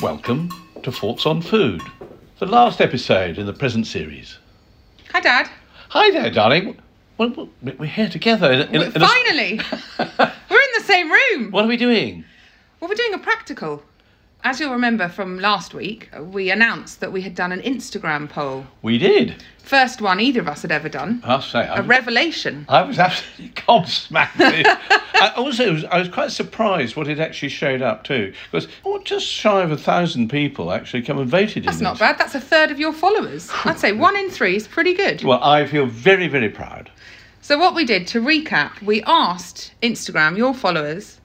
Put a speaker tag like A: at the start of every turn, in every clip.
A: Welcome to Thoughts on Food, the last episode in the present series.
B: Hi, Dad.
A: Hi there, darling. Well, we're here together. In, in, in a-
B: Finally, we're in the same room.
A: what are we doing?
B: Well, we're doing a practical. As you'll remember from last week, we announced that we had done an Instagram poll.
A: We did.
B: First one either of us had ever done.
A: I'll say, I
B: A
A: was,
B: revelation.
A: I was absolutely gobsmacked. I also, was, I was quite surprised what it actually showed up too, because oh, just shy of a thousand people actually come and voted
B: That's
A: in
B: not
A: this.
B: bad. That's a third of your followers. I'd say one in three is pretty good.
A: Well, I feel very, very proud.
B: So, what we did to recap, we asked Instagram, your followers,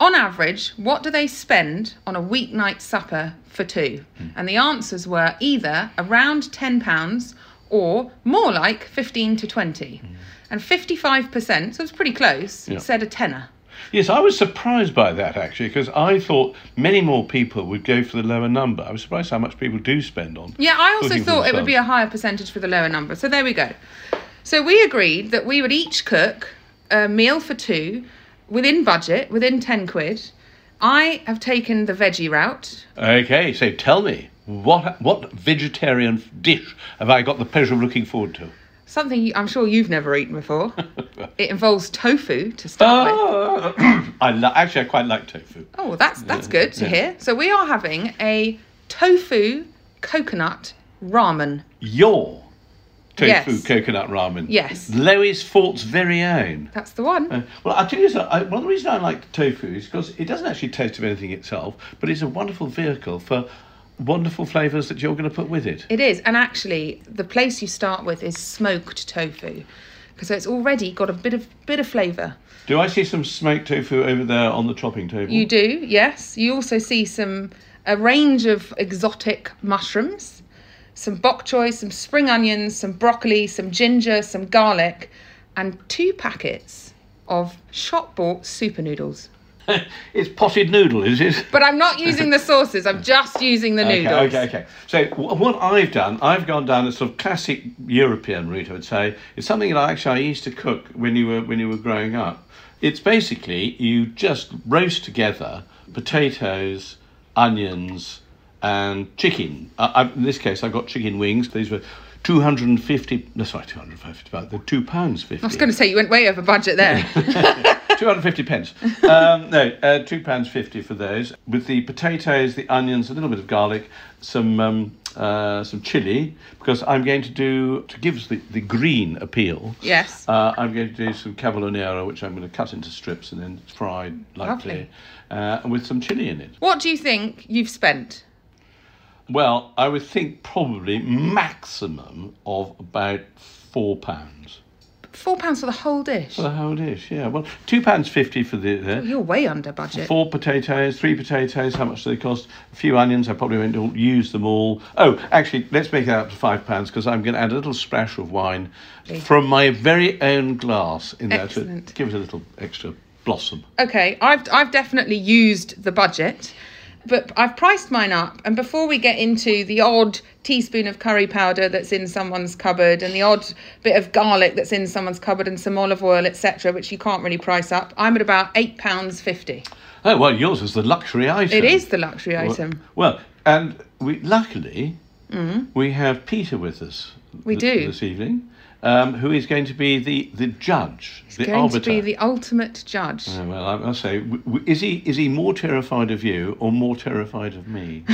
B: on average, what do they spend on a weeknight supper for two? And the answers were either around £10 or more like 15 to 20. And 55%, so it's pretty close, said a tenner.
A: Yes, I was surprised by that actually, because I thought many more people would go for the lower number. I was surprised how much people do spend on.
B: Yeah, I also
A: Cooking for
B: thought it would be a
A: themselves.
B: higher percentage for the lower number. So there we go. So we agreed that we would each cook a meal for two within budget, within 10 quid. I have taken the veggie route.
A: Okay, so tell me, what what vegetarian dish have I got the pleasure of looking forward to?
B: Something you- I'm sure you've never eaten before. it involves tofu to start
A: Ah!
B: with.
A: I li- actually I quite like tofu.
B: Oh, that's that's good to
A: yeah.
B: hear. So we are having a tofu coconut ramen.
A: Your tofu
B: Yes.
A: coconut ramen.
B: Yes.
A: Lois Fort's very own.
B: That's the one.
A: Well, I'll tell you something. I, one of the reasons I like tofu is because it doesn't actually taste of anything itself, but it's a wonderful vehicle for wonderful flavours that you're going to put with it.
B: It is, and actually, the place you start with is smoked tofu, because it's already got a bit of bit of flavour.
A: Do I see some smoked tofu over there on the chopping table?
B: You do, yes. You also see some a range of exotic mushrooms, some bok choy, some spring onions, some broccoli, some ginger, some garlic, and two packets of shop bought super noodles.
A: it's potted noodle, is it?
B: But I'm not using the sauces. I'm just using the noodles.
A: Okay, okay, okay. So wh- what I've done, I've gone down a sort of classic European route. I would say it's something that I actually I used to cook when you were when you were growing up. It's basically you just roast together potatoes, onions, and chicken. I, I, in this case, I got chicken wings. These were. 250, no, sorry, 250, but they're two pounds fifty.
B: I was going to say you went way over budget there.
A: 250 pence. Um, no, uh, £2.50 for those. With the potatoes, the onions, a little bit of garlic, some um, uh, some chili, because I'm going to do, to give the, the green appeal.
B: Yes.
A: Uh, I'm going to do some cavolo which I'm going to cut into strips and then fry lightly,
B: Lovely.
A: uh, with some chili in it.
B: what do you think you've spent?
A: Well, I would think probably maximum of about £4. pounds
B: Four pounds for the whole dish.
A: For the whole dish, yeah. Well, two pounds fifty for the there.
B: You're way under budget.
A: Four potatoes, three potatoes, how much do they cost? A few onions, I probably won't all- use them all. Oh, actually, let's make that up to five pounds because I'm going to add a little splash of wine from my very own glass in there to
B: Excellent.
A: give it a little extra blossom.
B: Okay, I've I've definitely used the budget, but I've priced mine up. And before we get into the odd teaspoon of curry powder that's in someone's cupboard and the odd bit of garlic that's in someone's cupboard and some olive oil, etc., which you can't really price up, I'm at about eight pounds fifty.
A: Oh, well, yours is the luxury item.
B: It is the luxury item. Mm-hmm.
A: Well, and we luckily we have Peter with us.
B: We do.
A: this evening, um, who is going to be the the judge, the
B: Going
A: arbiter.
B: to be the ultimate judge.
A: Oh, well, I must say, w- w- is he is he more terrified of you or more terrified of me?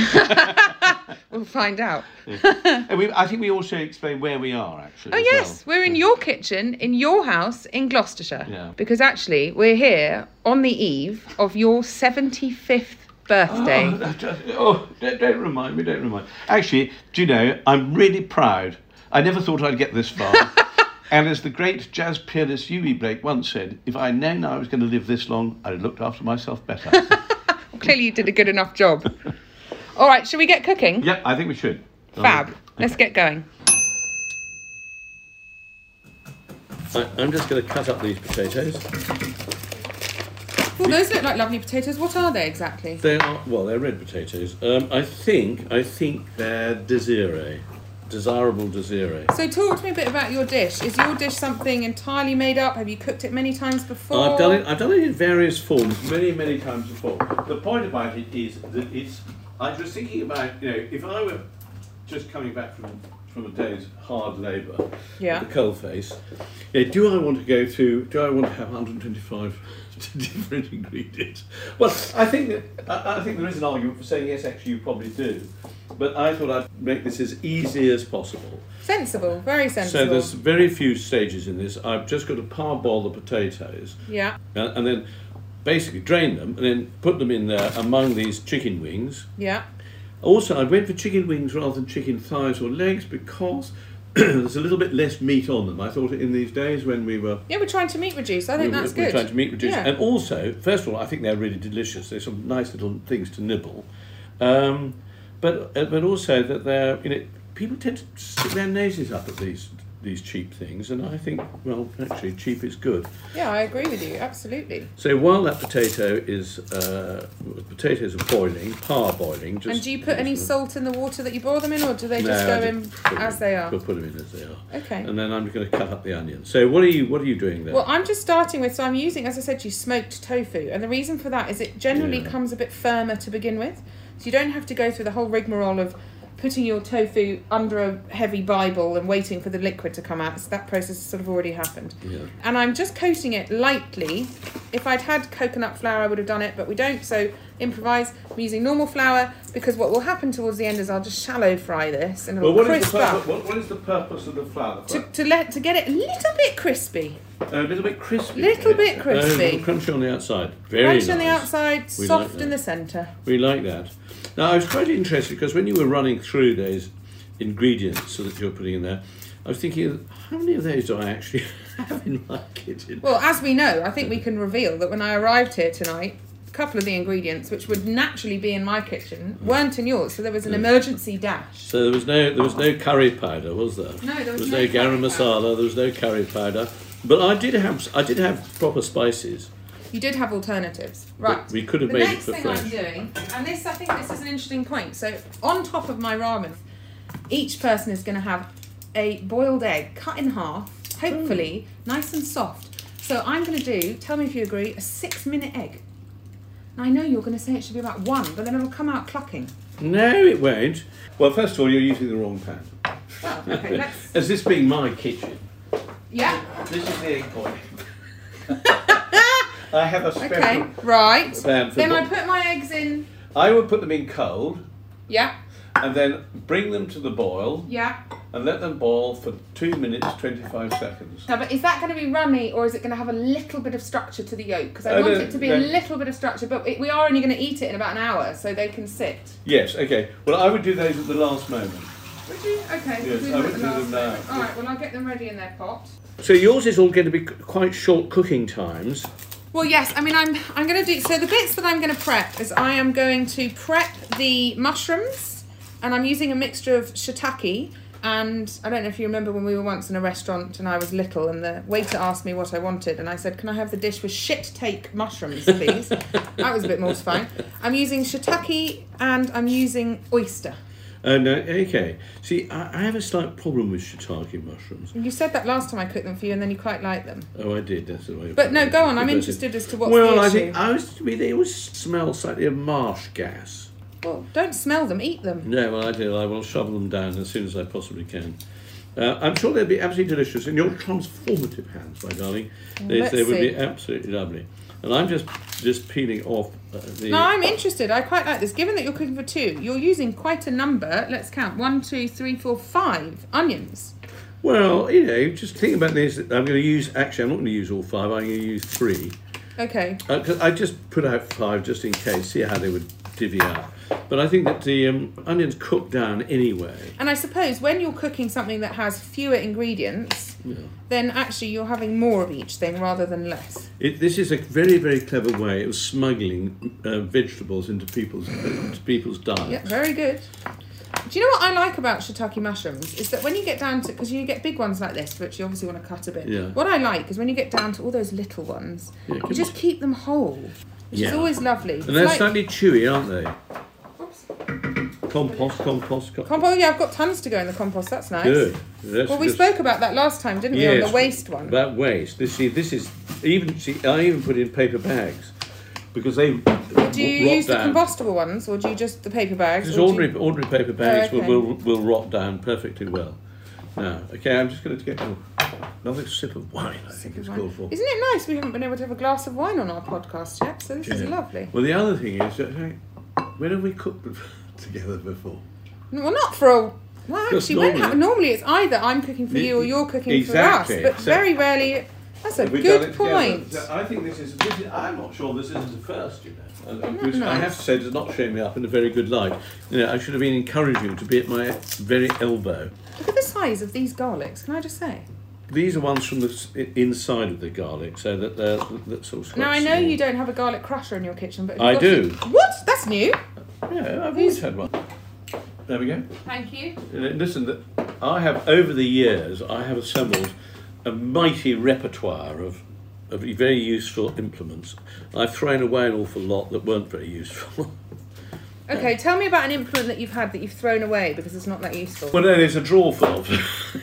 B: We'll find out.
A: And we, I think we also explain where we are actually.
B: Oh
A: as
B: yes,
A: well.
B: we're in your kitchen in your house in Gloucestershire.
A: Yeah.
B: Because actually, we're here on the eve of your seventy-fifth birthday.
A: Oh, that just- oh, don't, don't remind me, don't remind. Actually, do you know? I'm really proud. I never thought I'd get this far. and as the great jazz pianist Hughie Blake once said, "If I had known I was going to live this long, I'd have looked after myself better."
B: Clearly, you did a good enough job. All right, shall we get cooking?
A: yep, I think we should.
B: Fab. Let's get going.
C: I, I'm just going to cut up these potatoes.
B: Well, those look like lovely potatoes. What are they exactly?
C: They are well, they're red potatoes. Um, I think I think they're desiree, desirable desiree.
B: So, talk to me a bit about your dish. Is your dish something entirely made up? Have you cooked it many times before?
A: Oh.
C: I've done it. I've done it in various forms.
A: many, many times before. The point about it is that it's
D: I was thinking about, you know, if I were just coming back from, from a day's hard labour,
B: Yeah.
A: at the coalface, yeah, do I want to go through, do I want to have 125 different ingredients? Well, I think that, I, I think there is an argument for saying, yes, actually, you probably do. But I thought I'd make this as easy as possible.
B: Sensible, very
A: So
B: sensible.
A: there's very few stages in this. I've just got to parboil the potatoes
B: yeah,
A: and, and then basically drain them and then put them in there among these chicken wings.
B: yeah,
A: Also, I went for chicken wings rather than chicken thighs or legs because there's a little bit less meat on them. I thought in these days when we were
B: yeah. We're trying to meat reduce. I think
A: we,
B: that's
A: we're
B: good.
A: trying to meat reduce,
B: Yeah.
A: and also, first of all, I think they're really delicious. They're some nice little things to nibble, um, but uh, but also that they're you know people tend to stick their noses up at these these cheap things, and I think well actually cheap is good.
B: yeah, I agree with you. Absolutely.
A: So while that potato is uh, potatoes are boiling, parboiling. Just
B: and do you put any
A: just-
B: salt in the water that you boil them in, or do they
A: No,
B: just
A: I
B: go
A: didn't
B: in
A: put them
B: as
A: in.
B: they are?
A: We'll put them in as they are.
B: Okay.
A: And then I'm going to cut up the onion. So what are you what are you doing there?
B: Well, I'm just starting with, so I'm using, as I said, to you smoked tofu. And the reason for that is it generally
A: Yeah.
B: comes a bit firmer to begin with. So you don't have to go through the whole rigmarole of putting your tofu under a heavy Bible and waiting for the liquid to come out. So that process has sort of already happened.
A: yeah.
B: And I'm just coating it lightly. If I'd had coconut flour, I would have done it, but we don't, so improvise. I'm using normal flour because what will happen towards the end is I'll just shallow fry this and it'll
D: Well, what is,
B: crisp
D: the purpose,
B: up.
D: what, what is the purpose of the flour?
B: To, to let to get it a little bit crispy.
D: a little bit crispy.
B: Little bit
A: Oh, a little
B: crispy.
A: crunchy on the outside. Very
B: Crunchy on the
A: nice.
B: outside,
A: We
B: soft
A: like
B: in
A: that.
B: the centre.
A: We like that. Now, I was quite interested because when you were running through those ingredients that you're putting in there, I was thinking, how many of those do I actually have in my kitchen?
B: Well, as we know, I think we can reveal that when I arrived here tonight, a couple of the ingredients which would naturally be in my kitchen weren't in yours, so there was an emergency dash.
A: Mm. So there was no there was no curry powder, was there?
B: No, there was
A: there was
B: no
A: no, garam
B: curry powder.
A: masala. There was no curry powder, but I did have I did have proper spices.
B: You did have alternatives, right?
A: we could have
B: the
A: made it
B: next
A: for
B: thing I'm
A: fresh.
B: doing, and this I think this is an interesting point. So on top of my ramen, each person is going to have a boiled egg cut in half, hopefully
A: Hmm.
B: nice and soft. So I'm going to do, tell me if you agree, a six-minute egg. And I know you're going to say it should be about one, but then it'll come out clucking.
A: No, it won't.
D: Well, first of all, you're using the wrong pan.
B: Well, okay, let's.
A: As this being my kitchen,
B: Yeah.
D: This is the egg boiling. I have a special.
B: Okay. Right.
D: Then for
B: Then I
D: what-
B: put my eggs in.
D: I would put them in cold
B: Yeah.
D: and then bring them to the boil
B: Yeah.
D: and let them boil for two minutes twenty-five seconds.
B: Now, but is that going to be runny or is it going to have a little bit of structure to the yolk? Because I
D: Oh,
B: want
D: no,
B: it to be a
D: no.
B: little bit of structure, but it, we are only going to eat it in about an hour, so they can sit.
D: Yes. Okay. Well, I would do those at the last moment.
B: Would you? Okay.
D: Yes,
B: we'll
D: I
B: do
D: would
B: the
D: do
B: last
D: them now.
B: bit. All right. Well, I'll get them ready in their pot.
A: so yours is all going to be c- quite short cooking times.
B: Well, yes. I mean, I'm I'm going to do so. The bits that I'm going to prep is I am going to prep the mushrooms, and I'm using a mixture of shiitake. And I don't know if you remember when we were once in a restaurant and I was little, and the waiter asked me what I wanted, and I said, "Can I have the dish with shit take mushrooms, please?" that was a bit mortifying. I'm using shiitake and I'm using oyster.
A: Oh no, okay. See, I, I have a slight problem with shiitake mushrooms.
B: You said that last time I cooked them for you, and then you quite liked them.
A: Oh, I did. That's the way.
B: But no, go on. I'm interested as to what's
A: well,
B: the
A: I
B: issue.
A: think I was. I mean, they always smell slightly of marsh gas.
B: Well, don't smell them, eat them.
A: No, well, I do. I will shovel them down as soon as I possibly can. Uh, I'm sure they'll be absolutely delicious in your transformative hands, my darling. They,
B: Let's
A: they would
B: see.
A: be absolutely lovely. And I'm just just peeling off uh, the.
B: No, I'm interested. I quite like this. Given that you're cooking for two, you're using quite a number. Let's count. One, two, three, four, five onions.
A: Well, you know, just think about this. I'm going to use. Actually, I'm not going to use all five. I'm going to use three.
B: Okay.
A: Uh, 'cause I just put out five just in case, see how they would divvy up. But I think that the um, onions cook down anyway.
B: And I suppose when you're cooking something that has fewer ingredients,
A: Yeah.
B: then actually you're having more of each thing rather than less.
A: It, this is a very, very clever way of smuggling uh, vegetables into people's into people's diet.
B: Yeah, very good. Do you know what I like about shiitake mushrooms is that when you get down to because you get big ones like this, which you obviously want to cut a bit.
A: Yeah.
B: What I like is when you get down to all those little ones,
A: Yeah,
B: you
A: good
B: just keep them whole, which is
A: Yeah.
B: always lovely. It's
A: And they're
B: like-
A: slightly chewy, aren't they?
B: Oops.
A: Compost, compost, compost.
B: Compost. Yeah, I've got tons to go in the compost. That's nice.
A: Good. That's
B: Well, we
A: just-
B: spoke about that last time, didn't we? On
A: Yes,
B: the waste one.
A: That waste. This, see, this is even. See, I even put in paper bags because they
B: Do you
A: rot
B: use
A: down.
B: the compostable ones or do you just the paper bags?
A: Because
B: or do
A: ordinary
B: you- Oh,
A: ordinary paper bags
B: okay.
A: will, will will rot down perfectly well. Now, okay, I'm just going to get oh, another sip of wine. I think it's
B: Wine.
A: called for.
B: Isn't it nice we haven't been able to have a glass of wine on our podcast yet? So this is
A: Yeah.
B: lovely.
A: Well, the other thing is, that, hey, when have we cooked together before?
B: No, Well, not for a. Well,
A: Just
B: actually, when
A: normally.
B: ha- normally it's either I'm cooking for you or you're cooking
A: Exactly,
B: for us. But
A: so-
B: very rarely. That's a
A: Have we done
B: good
A: it together?
B: point.
A: So I think this is, this is. I'm not sure this is the first, you know. And- and
B: Isn't
A: which
B: that
A: I
B: nice?
A: have to say does not show me up in a very good light. You know, I should have been encouraging to be at my very elbow.
B: Look at the size of these garlics. Can I just say?
A: These are ones from the s- i- inside of the garlic, so that they're that sort of.
B: Now I know you don't have a garlic crusher in your kitchen, but have you
A: I
B: got
A: do.
B: to- What? That's new.
A: Yeah, I've always had one. There we go.
B: Thank you.
A: Uh, Listen, th- I have over the years I have assembled a mighty repertoire of of very useful implements. I've thrown away an awful lot that weren't very useful.
B: Okay, tell me about an implement that you've had that you've thrown away because it's not that useful.
A: well, no, there's a drawer full of.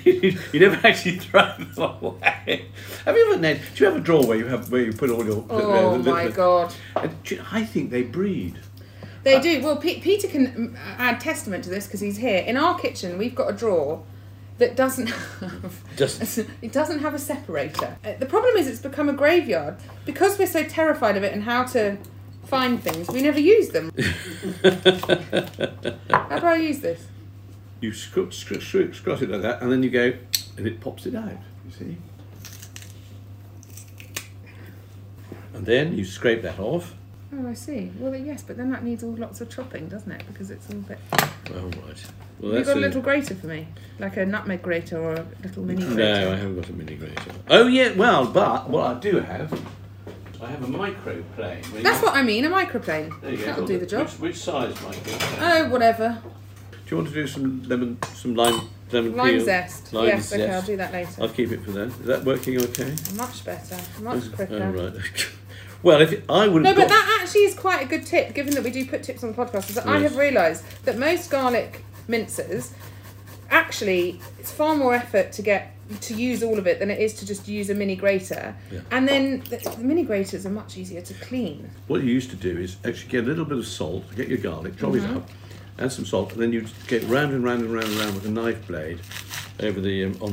A: you never actually throw them away. Have you ever? Ned, do you have a drawer where you have where you put all your?
B: oh
A: the- the-
B: my
A: the-
B: god.
A: And do you- I think they breed. Uh,
B: They do. Well, Pe- Peter can mm, add testament to this because he's here. In our kitchen, we've got a drawer that doesn't have
A: Just-
B: it doesn't have a separator. Uh, The problem is it's become a graveyard because we're so terrified of it and how to find things. We never use them. how do I use this?
A: You scrut, scrut, scrut, scrut it like that, and then you go, and it pops it out. You see. And then you scrape that off.
B: Oh, I see. Well, yes, but then that needs all lots of chopping, doesn't it? Because it's all a bit.
A: Oh right. Well,
B: Have you got a
A: the-
B: little grater for me, like a nutmeg grater or a little mini grater.
A: No, I haven't got a mini grater. Oh yeah, well, but what I do have, I have a microplane. where you-
B: That's what I mean. A microplane.
A: There you go.
B: That'll do the job.
A: Which, which size, microplane?
B: Oh, whatever.
A: do you want to do some lemon, some lime, lemon
B: Lime
A: peel?
B: zest.
A: Lime
B: yes,
A: zest.
B: okay, I'll do that later.
A: I'll keep it for then. Is that working okay?
B: Much better, much quicker.
A: Oh right. well, if it, I would
B: No,
A: have
B: but
A: got
B: that actually is quite a good tip, given that we do put tips on the podcast. Is that I
A: Yes.
B: have realised that most garlic mincers, actually, it's far more effort to get to use all of it than it is to just use a mini grater.
A: Yeah.
B: And then the, the mini graters are much easier to clean.
A: What you used to do is actually get a little bit of salt, get your garlic, chop it
B: Mm-hmm.
A: up, add some salt, and then you get round and round and round and round with a knife blade over the um, on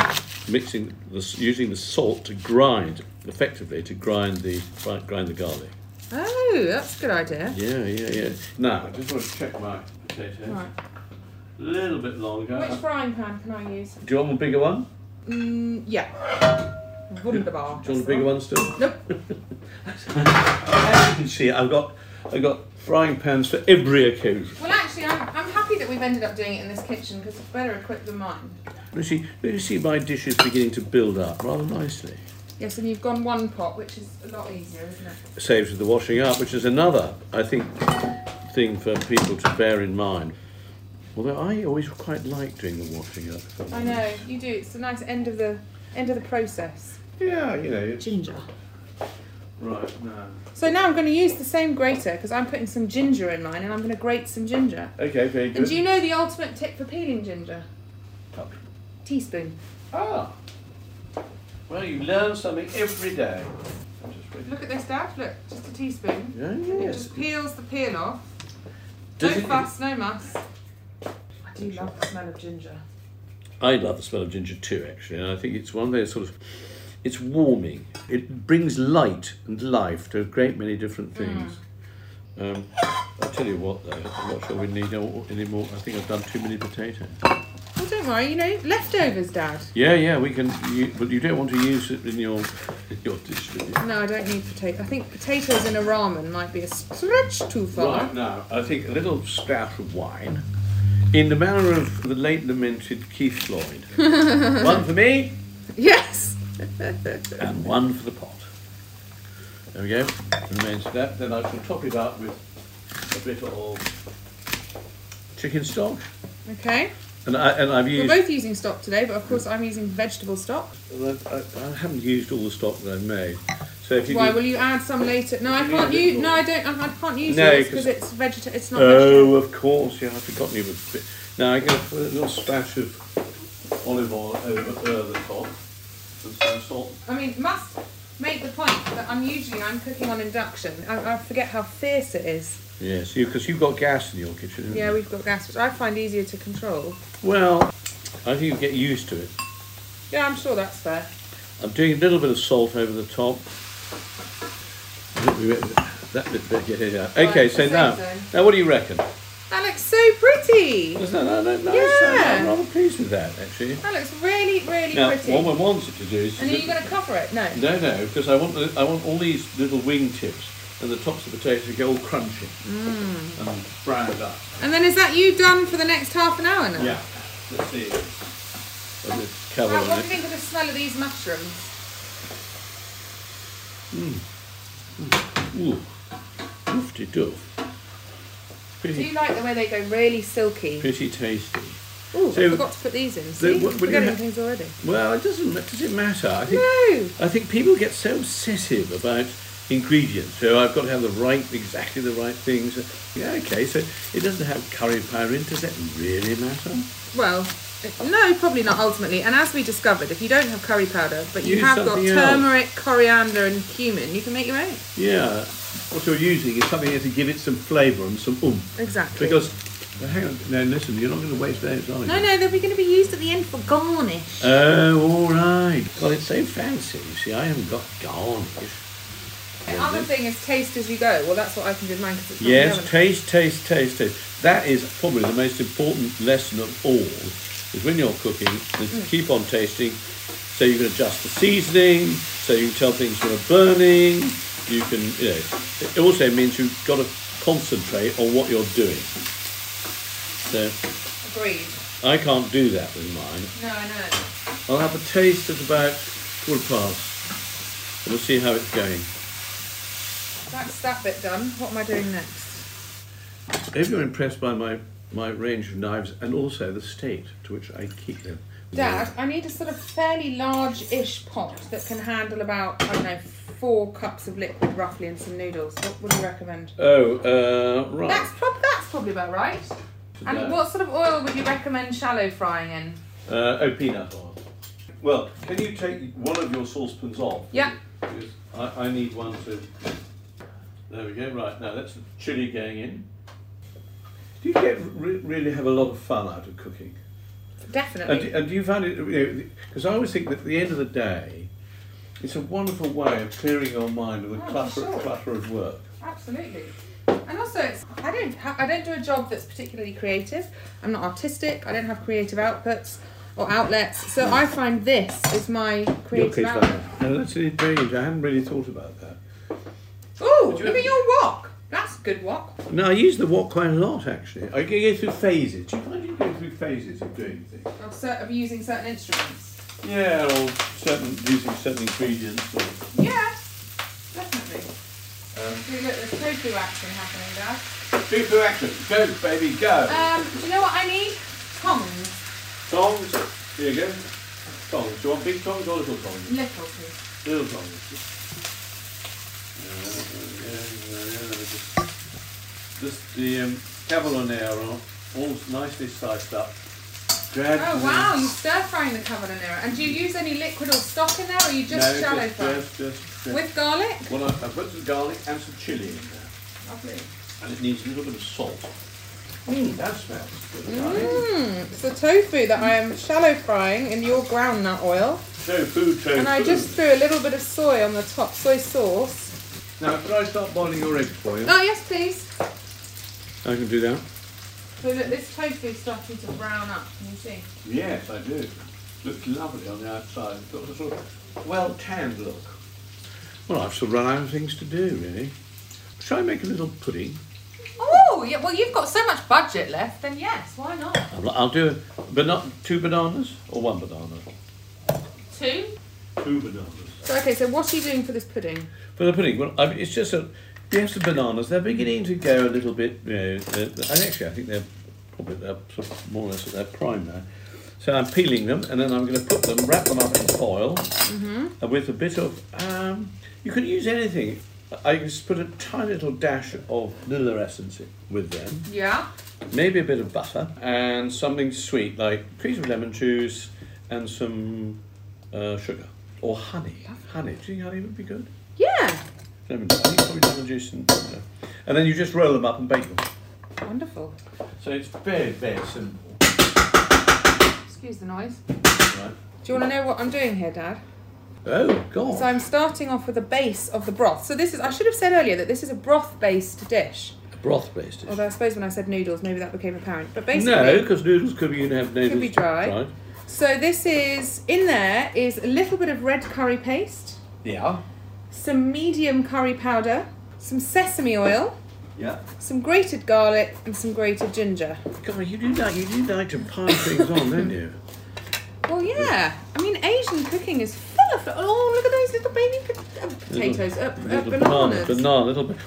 A: mixing the s- using the salt to grind effectively to grind the grind grind the garlic.
B: Oh, that's a good idea.
A: Yeah, yeah, yeah. Now I just want to check my potatoes.
B: Right.
A: A little bit longer.
B: Which frying pan can I use?
A: do you want a bigger one?
B: Mm, yeah. Wunderbar.
A: Do you want a bigger one still?
B: Nope.
A: As you can see, I've got I've got frying pans for every occasion.
B: Well, actually, I'm, I'm happy that we've ended up doing it in this kitchen because it's better equipped than mine.
A: You see, you see my dishes beginning to build up rather nicely.
B: Yes, and you've gone one pot, which is a lot easier, isn't it?
A: saves the washing up, which is another, I think, thing for people to bear in mind. Although I always quite like doing the washing up.
B: I know you do. It's a nice end of the end of the process.
A: Yeah, you know. It's...
B: Ginger.
A: Right, no.
B: So now I'm going to use the same grater because I'm putting some ginger in mine, and I'm going to grate some ginger.
A: Okay, very good.
B: And do you know the ultimate tip for peeling ginger? Teaspoon.
A: Ah. Well, you learn something every day. I'm just waiting.
B: Look at this, Dad. Look, just a teaspoon.
A: Oh,
B: It
A: yes.
B: just peels the peel off. No
A: Does it-
B: fuss, no muss. I do love the smell of ginger.
A: I love the smell of ginger too, actually, and I think it's one of those sort of. It's warming. It brings light and life to a great many different things. Um, I'll tell you what, though, I'm not sure we need all- any more. I think I've done too many potatoes.
B: Well, don't worry. You know, leftovers, Dad.
A: Yeah, yeah, we can. You, but you don't want to use it in your in your dish, do you?
B: No, I don't need potato. I think potatoes in a ramen might be a stretch too far.
A: Right now, I think a little stout of wine, in the manner of the late lamented Keith Floyd. one for me
B: Yes.
A: and one for the pot. There we go. Remains that. Then I shall top it up with a bit of chicken stock.
B: Okay.
A: And I and I've
B: We're
A: used.
B: both using stock today, but of course I'm using vegetable stock.
A: I, I haven't used all the stock that I made. So if you
B: Why
A: do-
B: will you add some later? No, I
A: You
B: can't
A: need a bit
B: use.
A: more.
B: No, I don't. I, I can't use
A: No,
B: no, yours
A: 'cause-
B: because it's vegeta. It's not. vegetable.
A: Oh, of course, yeah, I've forgotten you were. fi- Now I'm going to put a little splash of olive oil over, over the top and some salt.
B: I mean, must make the point but I'm usually I'm cooking on induction. I, I forget how fierce it is.
A: Yes, because you've got gas in your kitchen. haven't
B: Yeah,
A: you?
B: we've got gas, which I find easier to control.
A: Well, I think you get used to it.
B: Yeah, I'm sure that's fair.
A: I'm doing a little bit of salt over the top. That bit better get it out. Okay,
B: Right,
A: so
B: I think
A: now,
B: so.
A: now what do you reckon?
B: That looks so pretty.
A: Isn't that, that, that,
B: Yeah.
A: I'm rather pleased with that actually.
B: That looks really, really
A: Now,
B: pretty.
A: what one wants it to do is
B: and are you going to cover it? No.
A: No, no, because I want the, I want all these little wing tips and the tops of the potatoes to go all crunchy
B: Mm.
A: and browned up.
B: And then is that you done for the next half an hour now?
A: Let's see. A bit of
B: Wow,
A: cover
B: what
A: on
B: do you
A: it.
B: think of the smell of these mushrooms?
A: Ooh. Oofty doof.
B: Do you
A: Pretty,
B: like the way they go really silky?
A: pretty tasty.
B: Oh,
A: So-
B: I forgot to put these in. See,
A: what- what do you
B: forgetting
A: ha-
B: things already.
A: Well, it doesn't. Does it matter? I think.
B: No.
A: I think people get so obsessive about ingredients. So I've got to have the right, exactly the right things. Yeah, okay. So it doesn't have curry powder in. Does that really matter?
B: Well, no, probably not ultimately. And as we discovered, if you don't have curry powder, but you
A: Use
B: have got
A: something else.
B: turmeric, coriander, and cumin, you can make your own.
A: Yeah. What you're using is something to give it some flavour and some oomph.
B: Exactly.
A: Because, well, hang on, no, listen, you're not going to waste those, are you?
B: no, no, they're going to be used at the end for garnish.
A: Oh, all right. God, it's so fancy. You see, I haven't got garnish.
B: the other thing is taste as you go. Well, that's what I can do with mine because it's not
A: Yes,
B: relevant.
A: taste, taste, taste, taste. That is probably the most important lesson of all. Is when you're cooking, is to keep on tasting, so you can adjust the seasoning, so you can tell things that are burning. You can, you know, it also means you've got to concentrate on what you're doing. So
B: Agreed.
A: I can't do that with mine.
B: No, I know.
A: I'll have a taste at about quarter past, and we'll see how it's going.
B: That's that bit done. What am I doing next?
A: If you're impressed by my, my range of knives and also the state to which I keep them.
B: Dad, I need a sort of fairly large-ish pot that can handle about, I don't know, four cups of liquid roughly and some noodles. What would you recommend?
A: Oh, uh, right.
B: That's, prob- that's probably about right. And
A: Yeah.
B: what sort of oil would you recommend shallow frying in?
A: Uh, oh, peanut oil. Well, can you take one of your saucepans off?
B: Yeah.
A: Because I, I need one to. There we go. Right now, that's the chili going in. Do you get re- really have a lot of fun out of cooking? And,
B: Definitely.
A: do- and do you find it, because I always think that at the end of the day, it's a wonderful way of clearing your mind of the
B: Oh, for
A: clutter,
B: sure.
A: clutter of work.
B: Absolutely. And also, it's, I don't ha- I don't do a job that's particularly creative. I'm not artistic. I don't have creative outputs or outlets. So I find this is my creative outlet.
A: No, that's really very interesting. I hadn't really thought about that.
B: Ooh,
A: Would you
B: look
A: have-
B: at your wok. That's a good wok.
A: No, I use the wok quite a lot actually. I go go through phases. Do you find you go through phases of doing things?
B: Of, cer- of using certain instruments.
A: Yeah, or certain using certain ingredients. Or,
B: Yeah, definitely.
A: um,
B: See, look, there's tofu action happening, Dad.
A: super action. Go, baby, go.
B: Um, do you know what I need? Tongs.
A: tongs. Here you go. Tongs. Do you want big tongs or little tongs?
B: Little, please.
A: Little tongs. Uh, yeah, yeah, yeah, just, just the um, cavallonero, all nicely sliced up.
B: Oh
A: Gradually-
B: wow, you're stir frying the carbonara. And do you use any liquid or stock in there, or you just
A: No,
B: shallow fry?
A: just, uh, just, just.
B: With garlic?
A: Well, I, I put some garlic and some chilli in there,
B: Lovely.
A: and it needs a little bit of salt. Mm, that smells good. darling.
B: Mmm, it's the tofu that I am shallow frying in your groundnut oil.
A: Tofu, tofu.
B: And I just threw a little bit of soy on the top, soy sauce.
A: Now, can I start boiling your eggs for you?
B: Oh, yes, please.
A: I can do that.
B: So look, this tofu is starting to brown up, can you see?
A: Yes, I do. Looks lovely on the outside. It's got a sort of well tanned look. Well, I've sort of run out of things to do, really. Shall I make a little pudding?
B: Oh, yeah, well, you've got so much budget left, then yes, why not?
A: I'll, I'll do a, but not two bananas or one banana.
B: Two.
A: Two bananas.
B: So, okay, so what are you doing for this pudding?
A: For the pudding, well, I mean, it's just that yes, the bananas they're beginning to go a little bit. You know, they're- they're- and actually, I think they're probably they're sort of more or less at their prime now. So I'm peeling them, and then I'm going to put them, wrap them up in foil, and with a bit of. Um, you can use anything. I can just put a tiny little dash of vanilla essence in with them,
B: Yeah.
A: maybe a bit of butter, and something sweet like piece of lemon juice and some uh, sugar or honey. Honey, do you think honey would be good?
B: Yeah.
A: Lemon, I think probably lemon juice and uh, and then you just roll them up and bake them.
B: Wonderful.
A: So it's very very simple,
B: Excuse the noise.
A: right?
B: Do you want to know what I'm doing here, Dad?
A: Oh God!
B: So I'm starting off with a base of the broth. So this is, I should have said earlier that this is a broth-based dish.
A: A broth based. dish.
B: Although I suppose when I said noodles, maybe that became apparent. But basically,
A: No, because noodles could be you can have noodles.
B: be dry.
A: Right.
B: so this is, in there is a little bit of red curry paste,
A: Yeah.
B: some medium curry powder, some sesame oil,
A: Yeah.
B: some grated garlic, and some grated ginger.
A: God, you do like you do like to pile things on, don't you?
B: Well, yeah. I mean, Asian cooking is full of. Oh, look at those little baby pot- uh, potatoes, uh, uh,
A: Little Banana,
B: bananas.
A: banana, little. ba-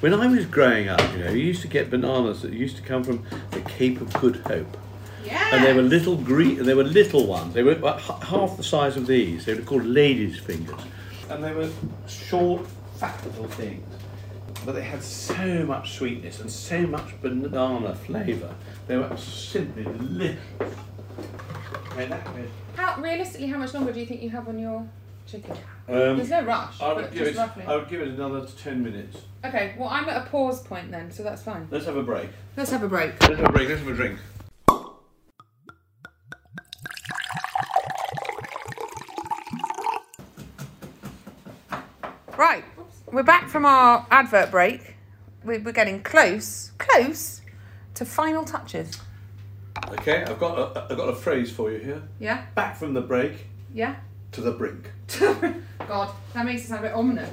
A: When I was growing up, you know, you used to get bananas that used to come from the Cape of Good Hope,
B: Yeah.
A: and they were little green. They were little ones. They were about h- half the size of these. They were called ladies' fingers, and they were short, fat little things. But they had so much sweetness and so much banana flavour. They were simply delicious. I mean, that was-
B: How realistically, how much longer do you think you have on your chicken?
A: Um,
B: There's no rush,
A: I
B: but
A: would, give
B: just
A: it,
B: roughly.
A: I would give it another 10 minutes.
B: Okay, well, I'm at a pause point then, so that's fine.
A: Let's have a break.
B: Let's have a break.
A: Let's have a break. Let's have a drink.
B: Right, we're back from our advert break. We- We're getting close, close to final touches.
A: Okay, I've got a, I've got a phrase for you here.
B: Yeah?
A: Back from the break
B: Yeah?
A: to the brink.
B: God, that makes it sound a bit ominous.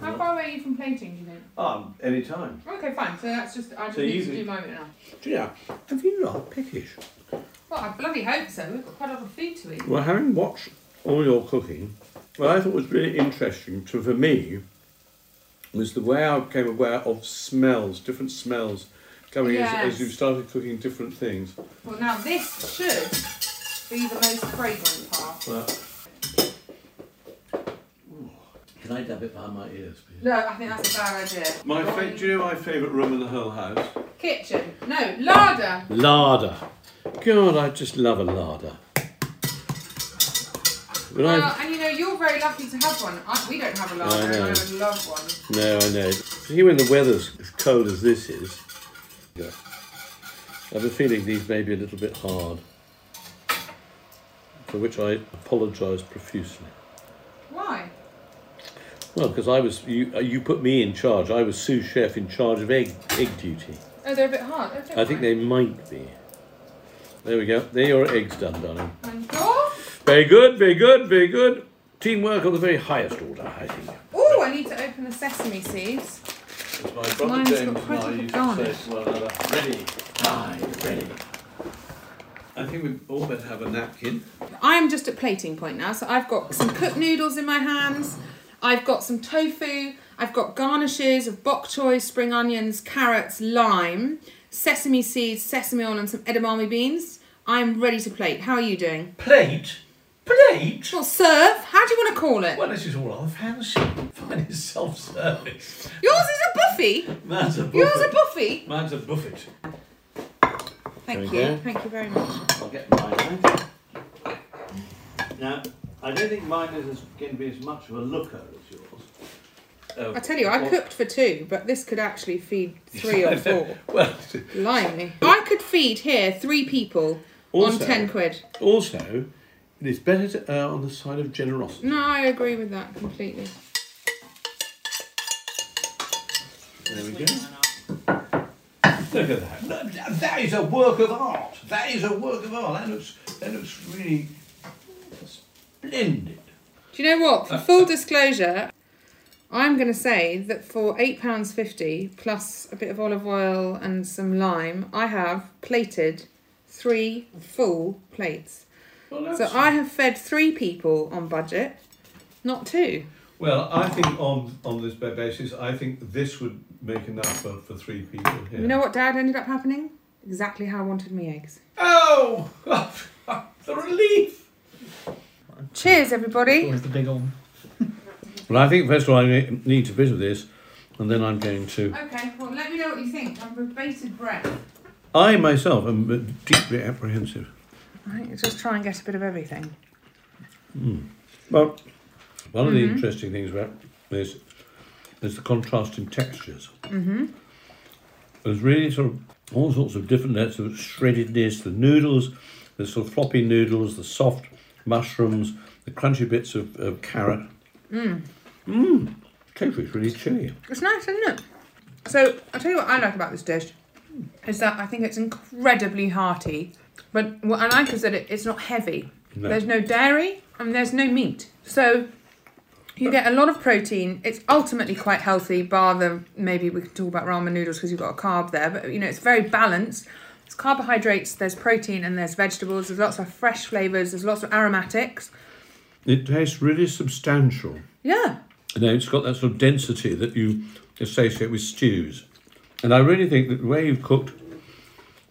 B: How far away are you from plating, do you think?
A: Um, any time.
B: Okay, fine. So that's just, I just
A: So
B: need
A: easy.
B: to do mine now.
A: Yeah. Have you not pickish?
B: Well, I bloody hope so. We've got quite a lot of food to eat.
A: Well, having watched all your cooking, what I thought was really interesting to, for me was the way I became aware of smells, different smells coming
B: Yes.
A: as, as you started cooking different things.
B: Well, now this should be the most fragrant part.
A: Can I dab it behind my ears, please?
B: No, I think that's a bad idea.
A: My fa- do you know my favourite room in the whole house?
B: Kitchen. No, larder.
A: Larder. God, I just love a larder. When I-
B: Well, Uh, and you know, you're very lucky to have one. I, we don't have a larder, and I
A: know.
B: would love one.
A: No, I know. See, when the weather's as cold as this is, I have a feeling these may be a little bit hard, for which I apologise profusely.
B: Why?
A: Well, because I was you, uh, you put me in charge. I was sous chef in charge of egg egg duty.
B: Oh, they're a bit hard. Okay,
A: I think they might be. There we go. There your eggs done, darling.
B: And oh,
A: Very good, very good, very good. Teamwork of the very highest order, I think.
B: Ooh, I need to open the sesame seeds.
A: My
B: brother Mine's James got quite and I a used to garnish. say
A: to one another, ready, aye, ready. I think we'd all better have a napkin.
B: I am just at plating point now, so I've got some cooked noodles in my hands. I've got some tofu. I've got garnishes of bok choy, spring onions, carrots, lime, sesame seeds, sesame oil, and some edamame beans. I'm ready to plate. How are you doing?
A: Plate? Plate?
B: Well, serve. How do you want to call it?
A: Well, this is all rather fancy. Fine, it's self-service.
B: Yours is a buffy.
A: Mine's a
B: Yours a
A: buffet.
B: buffy.
A: Mine's a buffet.
B: Thank
A: There we
B: you.
A: go.
B: Thank you very much.
A: I'll get mine. out. Now, I don't think mine is as, going to be as much of a looker as Oh, yours.
B: I tell you, I cooked for two, but this could actually feed three or four.
A: Well,
B: Blimey. I could feed here three people on
A: Also-
B: 10 quid.
A: also, it is better to err on the side of generosity.
B: No, I agree with that completely.
A: There we go. Look at that. Look, that- That is a work of art. That is a work of art. That looks, that looks really splendid.
B: Do you know what? For full disclosure, I'm going to say that for £8.50 plus a bit of olive oil and some lime, I have plated three full plates.
A: Well,
B: So I have fed three people on budget, not two.
A: well, I think on on this ba- basis, I think this would make enough for, for three people here.
B: You know what, Dad, ended up happening? Exactly how I wanted me eggs.
A: Oh, the relief.
B: Cheers, everybody.
E: Always the big one.
A: Well, I think first of all, I ne- need to visit this, and then I'm going to.
B: Okay, well, let me know what you think. I'm with bated breath.
A: I myself am uh, deeply apprehensive.
B: Right, let's just try and get a bit of everything.
A: Well, one of the interesting things about this There's the contrasting textures. Mm-hmm. There's really sort of all sorts of different notes of shreddedness, the noodles, the sort of floppy noodles, the soft mushrooms, the crunchy bits of, of carrot. Mmm. Mmm. Tofu is really chewy.
B: It's nice, isn't it? So I'll tell you what I like about this dish is that I think it's incredibly hearty. But what I like is that it, it's not heavy.
A: No.
B: There's no dairy and there's no meat. So you get a lot of protein. It's ultimately quite healthy, bar the maybe we could talk about ramen noodles because you've got a carb there. But you know, it's very balanced. It's carbohydrates, there's protein, and there's vegetables. There's lots of fresh flavours. There's lots of aromatics.
A: It tastes really substantial.
B: Yeah,
A: You know, it's got that sort of density that you associate with stews. And I really think that the way you've cooked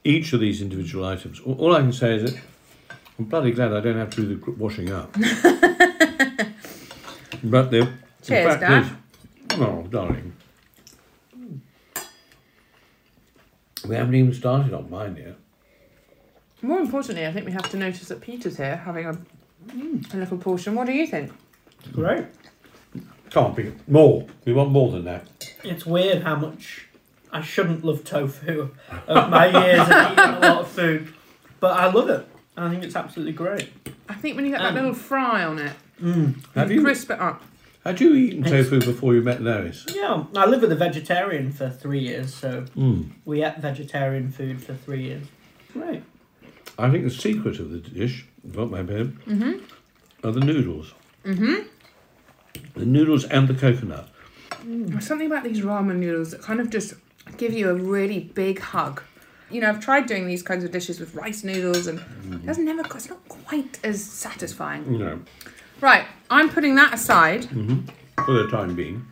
A: each of these individual items, all, all I can say is that I'm bloody glad I don't have to do the gr- washing up. but the,
B: Cheers,
A: the fact
B: Dad.
A: is, oh, darling. We haven't even started on mine yet.
B: More importantly, I think we have to notice that Peter's here having a, a little portion. What do you think?
F: Great.
A: Can't be more. We want more than that.
F: It's weird how much I shouldn't love tofu of my years of eating a lot of food, but I love it. I think it's absolutely great.
B: I think when you get that
F: Um,
B: little fry on it,
A: Have
B: you
A: you
B: crisp it up.
A: had you eaten tofu before you met Lois?
F: Yeah, I lived with a vegetarian for three years, so we ate vegetarian food for three years. Great.
A: I think the secret of the dish, got my babe,
B: Mm-hmm.
A: are the noodles. Mm-hmm. The noodles and the coconut.
B: There's something about these ramen noodles that kind of just give you a really big hug. You know, I've tried doing these kinds of dishes with rice noodles, and it doesn't never. It's not quite as satisfying.
A: You know,
B: Right, I'm putting that aside.
A: for the time being.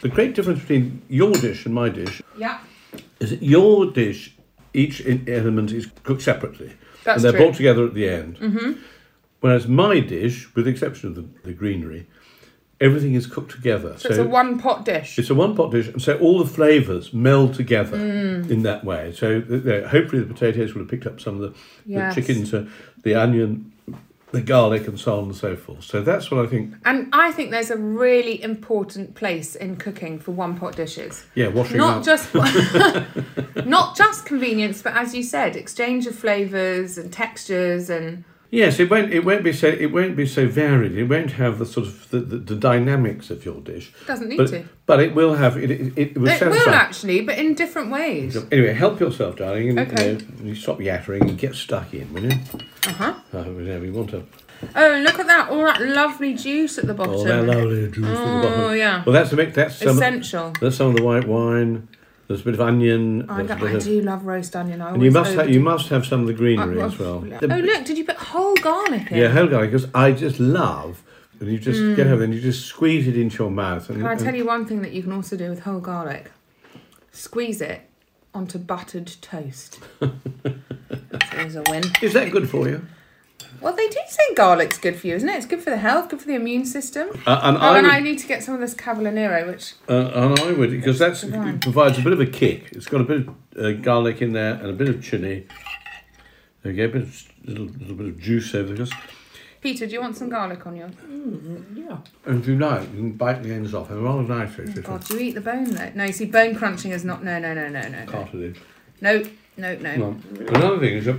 A: The great difference between your dish and my dish
B: Yeah,
A: is that your dish, each in- element is cooked separately,
B: That's
A: and they're
B: true.
A: brought together at the end. Mm-hmm. Whereas my dish, with the exception of the, the greenery, everything is cooked together.
B: so it's a one pot dish.
A: It's a one pot dish, and so all the flavours meld together
B: Mm.
A: in that way. So th- th- hopefully the potatoes will have picked up some of the,
B: Yes.
A: the chicken, to the onion, the garlic, and so on and so forth. So that's what I think.
B: And I think there's a really important place in cooking for one pot dishes.
A: Yeah, washing
B: not
A: up.
B: just not just convenience, but as you said, exchange of flavors and textures and
A: Yes, it won't. It won't be so. It won't be so varied. It won't have the sort of the, the, the dynamics of your dish.
B: Doesn't need
A: but,
B: to.
A: But it will have. It it, it will
B: it will
A: satisfy.
B: actually, but in different ways.
A: Anyway, help yourself, darling, and
B: Okay.
A: you, know, you stop yattering and get stuck in, will you?
B: Uh huh.
A: Uh, we we want to.
B: Oh, look at that! All that lovely juice at the bottom.
A: Oh, that lovely juice at the bottom.
B: Oh, yeah.
A: Well, that's the mix. That's some.
B: Essential.
A: There's some of the white wine. There's a bit of onion.
B: Oh, I,
A: there's a
B: don't,
A: bit
B: I
A: of-
B: do love roast onion. I
A: and you
B: always
A: must have,
B: overdo-
A: you must have some of the
B: I
A: greenery
B: love-
A: as well.
B: Oh look! Did you put whole garlic in?
A: Yeah, hell guy, because I just love. And you just get over and you just squeeze it into your mouth. And,
B: Mm. Can I tell
A: and-
B: you one thing that you can also do with whole garlic? Squeeze it onto buttered toast. That's always a win.
A: is that good for you?
B: Well, they do say garlic's good for you, isn't it? It's good for the health, good for the immune system.
A: Uh, and
B: oh,
A: I
B: and
A: would,
B: I need to get some of this Cavallonero, which
A: uh, and I would because that's
B: Divine.
A: it provides a bit of a kick. It's got a bit of uh, garlic in there and a bit of chili. There you go, a bit of, little, little bit of juice over this.
B: Peter, do you want some garlic on yours?
F: Yeah.
A: And if you like, you can bite the ends off. And rather nice, it's
B: Oh,
A: just a
B: God, you eat the bone though. No, you see, bone crunching is not. No, no, no, no, no, no,
A: cartilage.
B: no, no, no.
A: Well, another thing is that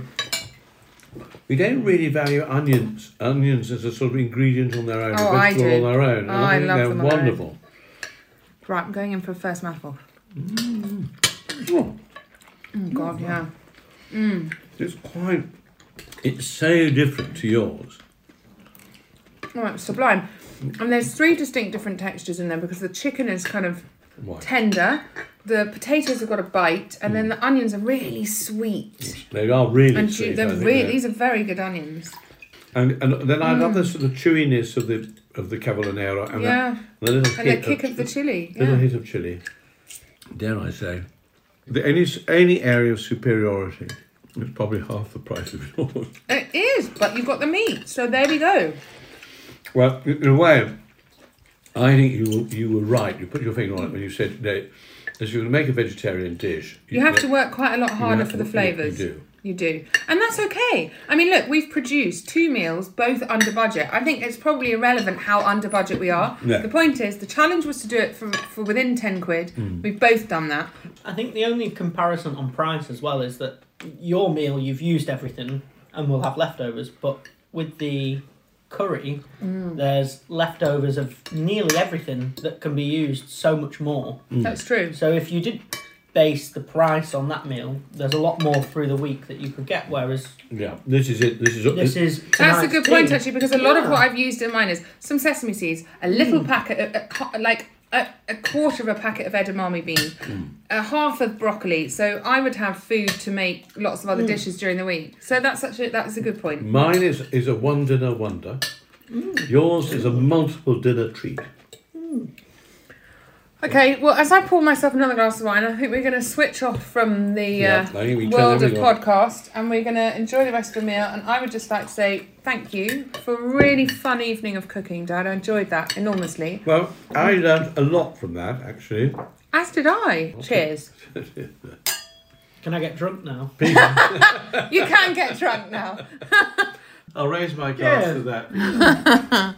A: we don't really value onions. Onions as a sort of ingredient on their own,
B: Oh,
A: a
B: I
A: vegetable
B: do.
A: on their own. and
B: Oh, I
A: think
B: love
A: they're
B: them on their own.
A: wonderful.
B: Right, I'm going in for a first mouthful.
A: Oh,
B: Oh
A: mm.
B: God, yeah.
A: it's quite. It's so different to yours.
B: Oh, it's sublime. And there's three distinct different textures in there because the chicken is kind of
A: Why?
B: tender, the potatoes have got a bite, and
A: Mm.
B: then the onions are really sweet.
A: They are really
B: And
A: sweet.
B: ju-
A: I
B: they're
A: think
B: really,
A: they're-
B: these are very good onions.
A: And, and then I love the sort of chewiness of the of the cavallonero and
B: Yeah.
A: the, and the little
B: And the
A: hit
B: kick of the chili.
A: little
B: Yeah.
A: hit of chili. Dare I say, the only any area of superiority is probably half the price of yours.
B: It is, but you've got the meat, so there we go.
A: Well, in a way, I think you were, you were right. You put your finger on it when you said that
E: If you're going to make a vegetarian dish,
B: You have to work quite a lot harder
E: have
B: for
E: to-
B: the flavours.
E: you do.
B: You do. And that's okay. I mean, look, we've produced two meals, both under budget. I think it's probably irrelevant how under budget we are.
E: Yeah.
B: The point is, the challenge was to do it for, for within 10 quid. We've both done that.
F: I think the only comparison on price as well is that your meal you've used everything and will have leftovers, but with the curry, there's leftovers of nearly everything that can be used so much more.
B: That's true.
F: So if you did base the price on that meal, there's a lot more through the week that you could get. Whereas
E: Yeah, this is it. This is
F: this is
B: That's a
F: tonight's
B: good point,
F: tea.
B: actually, because a lot of
F: Yeah.
B: what I've used in mine is some sesame seeds, a little
E: Mm.
B: packet, a, a co- like a, a quarter of a packet of edamame beans,
E: Mm.
B: a half of broccoli. So I would have food to make lots of other
E: Mm.
B: dishes during the week. So that's such a that's a good point.
E: Mine is is a one dinner wonder.
B: Mm.
E: Yours is a multiple dinner treat.
B: Okay, well, as I pour myself another glass of wine, I think we're going to switch off from the
E: Yeah,
B: uh,
E: I think we
B: world
E: turn
B: of
E: everyone.
B: podcast and we're going to enjoy the rest of the meal. And I would just like to say thank you for a really fun evening of cooking, Dad. I enjoyed that enormously.
E: Well, I learned a lot from that actually.
B: As did I. Cheers.
F: Can I get drunk now?
B: You can get drunk now.
E: I'll raise my glass
F: Yeah.
E: to that.